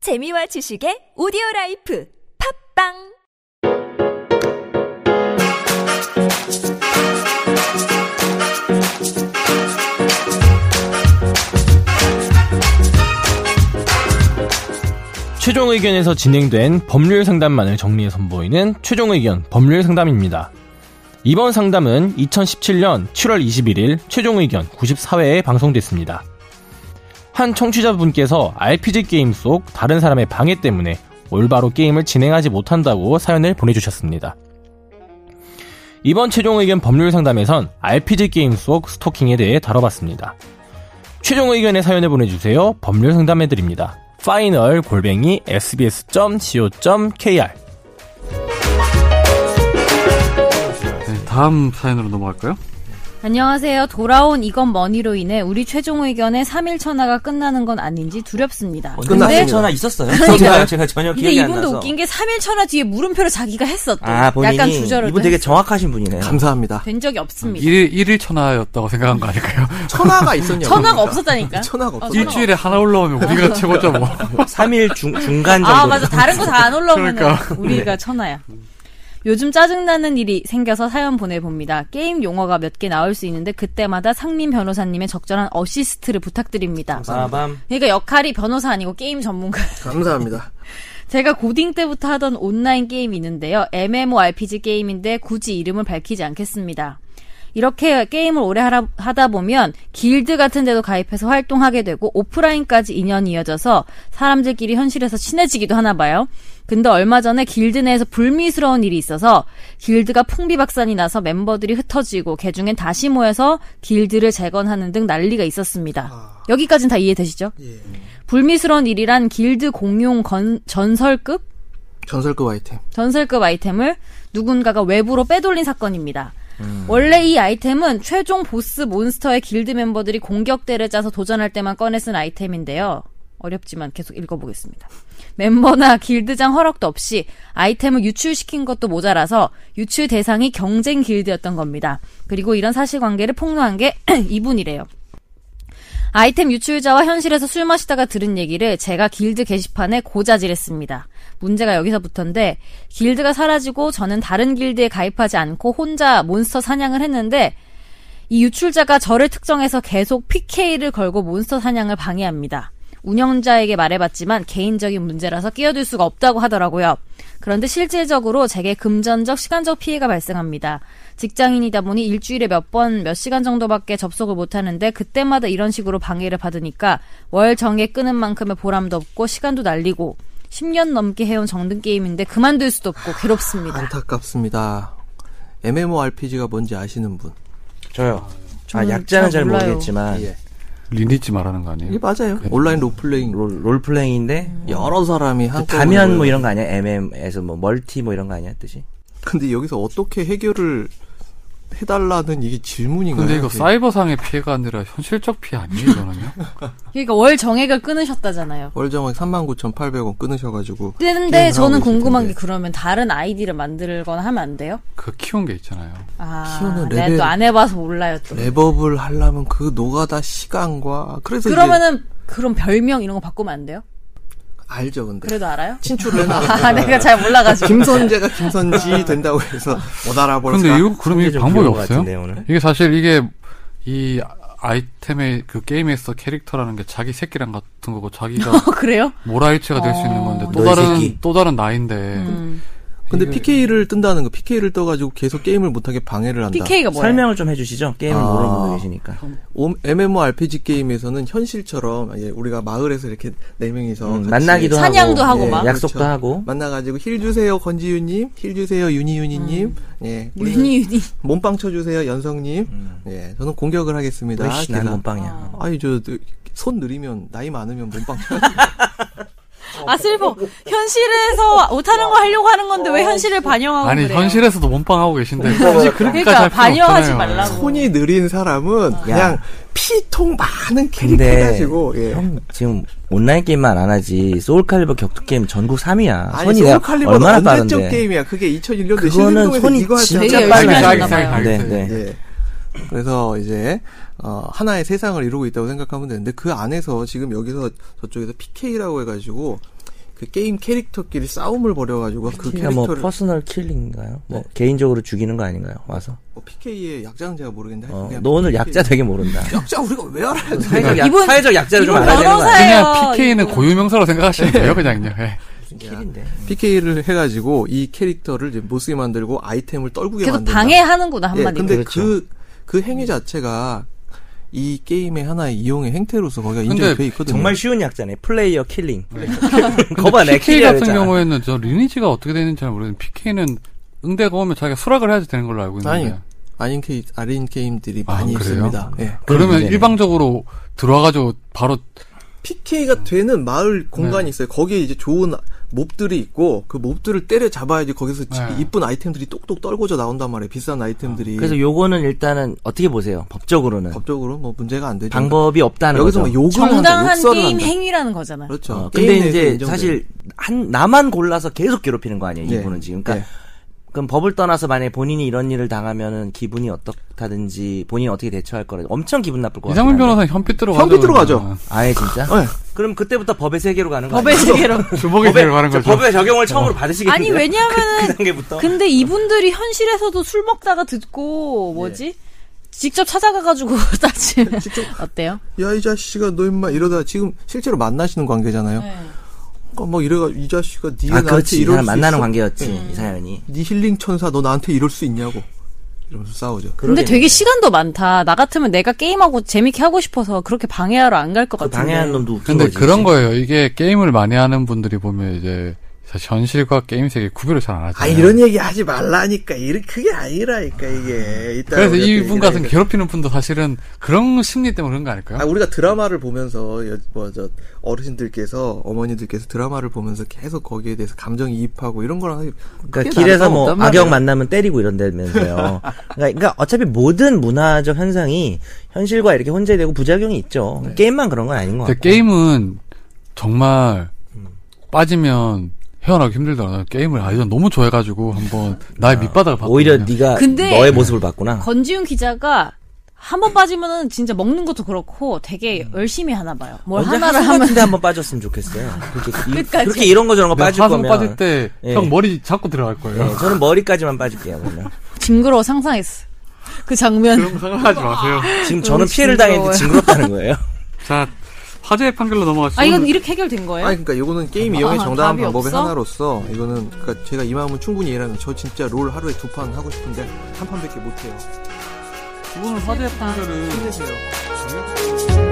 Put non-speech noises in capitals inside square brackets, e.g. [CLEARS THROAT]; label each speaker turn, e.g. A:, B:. A: 재미와 지식의 오디오 라이프 팝빵
B: 최종 의견에서 진행된 법률 상담만을 정리해 선보이는 최종 의견 법률 상담입니다. 이번 상담은 2017년 7월 21일 최종 의견 94회에 방송됐습니다. 한 청취자분께서 RPG 게임 속 다른 사람의 방해 때문에 올바로 게임을 진행하지 못한다고 사연을 보내주셨습니다. 이번 최종 의견 법률 상담에선 RPG 게임 속 스토킹에 대해 다뤄봤습니다. 최종 의견의 사연을 보내주세요. 법률 상담해드립니다. 파이널 골뱅이 sbs.co.kr
C: 네, 다음 사연으로 넘어갈까요?
D: 안녕하세요. 돌아온 이건 머니로 인해 우리 최종 의견의 3일 천하가 끝나는 건 아닌지 두렵습니다.
E: 끝났어요. 네, 전화 있었어요.
D: 그러니까요.
E: 제가 전혀
D: 근데
E: 기억이 안
D: 이분도
E: 나서.
D: 웃긴 게 3일 천하 뒤에 물음표를 자기가 했었대.
E: 아 본인이
D: 약간 주저를
E: 이분 되게 정확하신 분이네요.
F: 감사합니다.
D: 된 적이 없습니다.
C: 일일, 일일 천하였다고 생각한 거
D: [LAUGHS]
C: 아닐까요?
F: 천하가 있었냐?
D: 천하가
E: [LAUGHS]
D: 없었다니까.
F: 천하가
D: 어,
F: 없었.
D: 천하가
C: 일주일에 하나 올라오면 우리가
D: [LAUGHS]
C: 최고죠, 뭐. [LAUGHS]
E: 3일 중 중간 정도.
D: 아 맞아 다른 거 다 안 올라오면
C: 그러니까.
D: 우리가 천하야. 요즘 짜증나는 일이 생겨서 사연 보내봅니다. 게임 용어가 몇 개 나올 수 있는데 그때마다 상민 변호사님의 적절한 어시스트를 부탁드립니다.
E: 빠밤.
D: 그러니까 역할이 변호사 아니고 게임 전문가.
F: 감사합니다.
D: 제가 고딩 때부터 하던 온라인 게임이 있는데요. MMORPG 게임인데 굳이 이름을 밝히지 않겠습니다. 이렇게 게임을 오래 하라- 하다 보면 길드 같은 데도 가입해서 활동하게 되고 오프라인까지 인연이 이어져서 사람들끼리 현실에서 친해지기도 하나 봐요. 근데 얼마 전에 길드 내에서 불미스러운 일이 있어서 길드가 풍비박산이 나서 멤버들이 흩어지고 개중엔 다시 모여서 길드를 재건하는 등 난리가 있었습니다. 여기까지는 다 이해되시죠? 불미스러운 일이란 길드 공용 건- 전설급
F: 전설급 아이템.
D: 전설급 아이템을 누군가가 외부로 빼돌린 사건입니다.
F: 음.
D: 원래 이 아이템은 최종 보스 몬스터의 길드 멤버들이 공격대를 짜서 도전할 때만 꺼내 쓴 아이템인데요. 어렵지만 계속 읽어보겠습니다. 멤버나 길드장 허락도 없이 아이템을 유출시킨 것도 모자라서 유출 대상이 경쟁 길드였던 겁니다. 그리고 이런 사실관계를 폭로한 게 [CLEARS THROAT] 이분이래요. 아이템 유출자와 현실에서 술 마시다가 들은 얘기를 제가 길드 게시판에 고자질했습니다. 문제가 여기서부터인데 길드가 사라지고 저는 다른 길드에 가입하지 않고 혼자 몬스터 사냥을 했는데 이 유출자가 저를 특정해서 계속 PK를 걸고 몬스터 사냥을 방해합니다. 운영자에게 말해봤지만 개인적인 문제라서 끼어들 수가 없다고 하더라고요. 그런데 실질적으로 제게 금전적, 시간적 피해가 발생합니다. 직장인이다 보니 일주일에 몇 번 몇 시간 정도밖에 접속을 못하는데 그때마다 이런 식으로 방해를 받으니까 월 정액 끄는 만큼의 보람도 없고 시간도 날리고 10년 넘게 해온 정든 게임인데 그만둘 수도 없고
F: 아,
D: 괴롭습니다.
F: 안타깝습니다. MMORPG가 뭔지 아시는 분.
E: 저요. 아
D: 저는
E: 약자는
D: 잘
E: 잘
D: 몰라요.
E: 모르겠지만
F: 예.
C: 리니지 말하는 거 아니에요?
F: 이게 예, 맞아요.
C: 네.
F: 온라인 롤플레잉
E: 롤, 롤플레잉인데
D: 음.
F: 여러 사람이
E: 그
D: 어,
F: 한
E: 가면 뭐 이런 거 아니야? MM에서 뭐 멀티 뭐 이런 거 아니야 뜻이?
F: 근데 여기서 어떻게 해결을 해달라는 이게 질문인가요?
C: 근데 이거
F: 이게?
C: 사이버상의 피해가 아니라 현실적 피해 아니에요, 이거는요? [LAUGHS]
D: 그러니까 월 정액을 끊으셨다잖아요.
F: 월정액 39,800원 끊으셔가지고
D: 네, 근데
F: 게임을 하고
D: 저는
F: 있을
D: 궁금한 게
F: 텐데.
D: 그러면 다른 아이디를 만들거나 하면 안 돼요?
C: 그 키운 게 있잖아요.
D: 아,
F: 키우는
D: 내가
F: 레벨-
D: 또 안 해봐서 몰라요 또.
F: 랩업을 하려면 그 노가다 시간과 그래서 이제
D: 그러면은 그럼 별명 이런 거 바꾸면 안 돼요?
F: 알죠 근데
D: 그래도 알아요?
F: 친출을 해놔
D: [LAUGHS] 아, 내가 잘 몰라가지고.
F: 김선재가
C: [LAUGHS]
F: 김선지 된다고 해서 못 알아보는
C: 근데 이거, 그럼
E: 근데
C: 이
E: 좀
C: 방법이
E: 귀여운 것
C: 없어요?
E: 같은데, 오늘.
C: 이게 사실 이게 이 아이템의 그 게임에서 캐릭터라는 게 자기 새끼랑 같은 거고 자기가
D: [LAUGHS] [LAUGHS] 어, 그래요?
C: 모라일체가 될 수
D: 어.
C: 있는 건데 또
E: 너의
C: 다른,
E: 새끼.
C: 또 다른 나인데.
D: 음.
F: 근데 PK를 뜬다는 거, PK를 떠가지고 계속 게임을 못하게 방해를 한다.
D: PK가 뭐예요?
E: 설명을 좀 해주시죠. 게임을
F: 아.
E: 모르는 분도 계시니까.
F: 오- MMORPG 게임에서는 현실처럼 이제 우리가 마을에서 이렇게 네 명이서
E: 음,
F: 같이
E: 만나기도
D: 사냥도
E: 하고, 예,
D: 하고 막.
E: 약속도
F: 그렇죠.
E: 하고.
F: 만나가지고 힐 주세요 건지유님, 힐 주세요 유니유니님, 예, 우리는
D: 유니 유니.
F: 몸빵 쳐주세요 연성님, 예, 저는 공격을 하겠습니다.
E: 왜씨 난
F: 계속.
E: 음. 아, 몸빵이야.
F: 아니 저 손 느리면 나이 많으면 몸빵 쳐.
D: 아 슬퍼. 현실에서 못하는 거 하려고 하는 건데
F: 어,
D: 왜 현실을 반영하고
C: 아니,
D: 그래요?
C: 현실에서도 몸빵하고
D: [LAUGHS]
C: 계신데. 굳이 그렇게까지
D: 그러니까
C: 할 필요
D: 반영하지
C: 없잖아요.
D: 말라고.
F: [LAUGHS] 손이 느린 사람은 그냥 피통 많은 캐릭터
E: 근데
F: 가지고 예.
E: 형 지금 온라인 게임만 안 하지 소울칼리버 격투 게임 전국 3위야.
F: 아니
E: 내가
F: 소울칼리버는
E: 얼마나
F: 언제적
E: 빠른데.
F: 게임이야? 그게 2001년도
E: 그거는
F: 신림동에서
E: 손이
F: 이거 할때
D: 되게
E: 진짜
D: 열심히
E: 빨라.
D: 하셨나
C: 자기
D: 봐요.
C: 생각.
E: 네,
C: 알겠어요.
E: 네.
F: 예. 그래서 이제 어, 하나의 세상을 이루고 있다고 생각하면 되는데 그 안에서 지금 여기서 저쪽에서 PK라고 해가지고 그 게임 캐릭터끼리 싸움을 벌여가지고 그
E: 그러니까 뭐
F: 캐릭터를
E: 퍼스널 킬링인가요? 뭐 개인적으로 죽이는 거 아닌가요? 와서
F: PK의 뭐 약자는 제가 모르겠는데
E: 어,
F: 하여튼 그냥
E: 너 오늘
F: PK
E: 약자
F: [LAUGHS]
E: 되게 모른다. 네.
F: 약자 우리가 왜 알아야 돼?
E: 사회적, 약,
D: 이분-
E: 사회적 약자를 좀
D: 이분
E: 알아야 되는 거 아니야?
D: 변호사예요,
C: 그냥 PK는
D: 이거.
C: 고유명사로 생각하시면
F: 네.
C: 돼요, 그냥요. 예.
E: 킬인데.
F: PK를 해가지고 이 캐릭터를 이제 못쓰게 만들고 아이템을 떨구게
D: 계속
F: 만든다.
D: 방해하는구나
F: 예,
D: 한마디로.
F: 근데
E: 그렇죠.
F: 그, 그 행위 자체가 이 게임의 하나의 이용의 행태로서 거기가 인정이
C: 근데
F: 돼 있거든요.
E: 정말 쉬운 약자네. 플레이어 킬링. 거봐, 내
C: PK
E: 킬이야.
C: 같은 경우에는 저 리니지가 어떻게 되는지 잘 모르겠는데 PK는 응대가 오면 자기가 수락을 해야지 되는 걸로 알고 있는데
F: 아니요. 아닌 게임, 아닌 게임들이
C: 아,
F: 많이
C: 그래요?
F: 있습니다. 예.
C: 그러면
E: 문제네.
C: 일방적으로 들어와가지고 바로
F: PK가 되는 마을
E: 네.
F: 공간이 있어요. 거기에 이제 좋은 몹들이 있고 그 몹들을 때려 잡아야지 거기서
C: 네.
F: 이쁜 아이템들이 똑똑 떨궈져 나온단 말이에요. 비싼 아이템들이.
E: 그래서 요거는 일단은 어떻게 보세요? 법적으로는.
F: 법적으로 뭐 문제가 안 되죠.
E: 방법이 없다는
F: 여기서
E: 거죠.
F: 뭐 욕을 한다,
D: 정당한
F: 욕설을
D: 게임
F: 한다.
D: 행위라는 거잖아. 요
F: 그렇죠.
E: 어, 근데
F: 게임 내에서
E: 이제
F: 인정돼요.
E: 사실 한 나만 골라서 계속 괴롭히는 거 아니에요
F: 네.
E: 이분은 지금 그러니까
F: 네.
E: 그럼 법을 떠나서 만약에 본인이 이런 일을 당하면은 기분이 어떻다든지 본인이 어떻게 대처할 거라 엄청 기분 나쁠 것
F: 뭐
E: 같아요
C: 이상민 변호사 현피 들어가죠.
F: 현피 들어가죠.
E: 아예 진짜
F: 네.
E: 그럼 그때부터 법의 세계로 가는 거
D: 법의
E: 아니에요? [LAUGHS]
D: 세계로.
C: 주먹이
E: 법의-
C: 들어가는
E: 저
C: 거죠.
E: 법의 적용을 처음으로 받으시겠네요
D: 아니 왜냐면은
E: 그 단계부터
D: 근데 이분들이 현실에서도 술 먹다가 듣고 뭐지? 직접 찾아가가지고 [LAUGHS]
E: [LAUGHS]
D: 따지면 어때요?
F: 야 이 자식아 너 임마 이러다 지금 실제로 만나시는 관계잖아요.
D: 네.
F: 그러니까 막 이래가 이 자식아 니가
E: 아
F: 나한테
E: 그렇지 이
F: 이럴
E: 사람
F: 수
E: 만나는
F: 있어?
E: 관계였지 이 사연이
F: 네 힐링 천사 너 나한테 이럴 수 있냐고 이러면서 싸우죠.
D: 근데
E: 그러겠네.
D: 되게 시간도 많다. 나 같으면 내가 게임하고 재밌게 하고 싶어서 그렇게 방해하러 안 갈 것
E: 그
D: 같은데.
E: 방해하는 놈도 웃긴
C: 근데
E: 거지
C: 그런
E: 진짜.
C: 거예요. 이게 게임을 많이 하는 분들이 보면 이제 사실 현실과 게임 세계 구별을 잘 안 하잖아요.
F: 아 이런 얘기 하지 말라니까 이게 그게 아니라니까 아, 이게 일단
C: 그래서
F: 우리가 또
C: 이분
F: 얘기를
C: 같은
F: 해야 돼.
C: 괴롭히는 분도 사실은 그런 심리 때문에 그런 거 아닐까요?
F: 아 우리가 드라마를 보면서 여- 뭐, 저, 어르신들께서 어머니들께서 드라마를 보면서 계속 거기에 대해서 감정이입하고 이런 거랑 사실
C: 네.
F: 크게
E: 그러니까 길에서
F: 다를 건
E: 뭐
F: 없단
E: 악역
F: 말이야.
E: 만나면 때리고 이런다면서요. 그러니까, 그러니까 어차피 모든 문화적 현상이 현실과 이렇게 혼재되고 부작용이 있죠. 게임만 그런 건 아닌 것
C: 네. 근데
E: 같아요.
C: 게임은 정말 빠지면 헤어나기 힘들더라. 난 게임을 아예 너무 좋아해가지고 한번 나의 밑바닥을 봤거든요.
E: 오히려 네가
D: 근데-
E: 너의 모습을 봤구나.
D: 건지훈 기자가 한 번 빠지면은 진짜 먹는 것도 그렇고 되게 열심히 하나 봐요. 뭘
E: 음. 언제
D: 뭐 하나를
E: 하수
D: 하면
E: 같은데 한번 빠졌으면
D: [LAUGHS]
E: 좋겠어요. 그렇게, 이,
D: 끝까지.
E: 그렇게 이런 거 저런 거
C: 내가
E: 빠질
C: 사슴
E: 거면.
C: 네, 빠질 때 형
E: 예.
C: 머리 잡고 들어갈 거예요.
E: 네, 저는 머리까지만 빠질게요. 그러면.
D: [LAUGHS] 징그러워 상상했어. 그 장면.
C: 그런 생각하지 마세요.
E: 지금
D: 어, 너무
E: 저는 피해를 당했는데 징그럽다는 거예요.
C: [LAUGHS] 자, 화제의 판결로 넘어가시죠.
D: 아 이건 이렇게 해결된 거예요?
F: 아니 그러니까 이거는 게임 이용의
D: 아,
F: 정당한
D: 답이
F: 방법의
D: 없어?
F: 하나로서 이거는 그러니까 제가 이 마음은 충분히 이해하는 저 진짜 롤 하루에 두 판 하고 싶은데 한 판밖에 못 해요.
C: 오늘 화제의 판결은
F: 힘내세요.
C: 정해졌어요.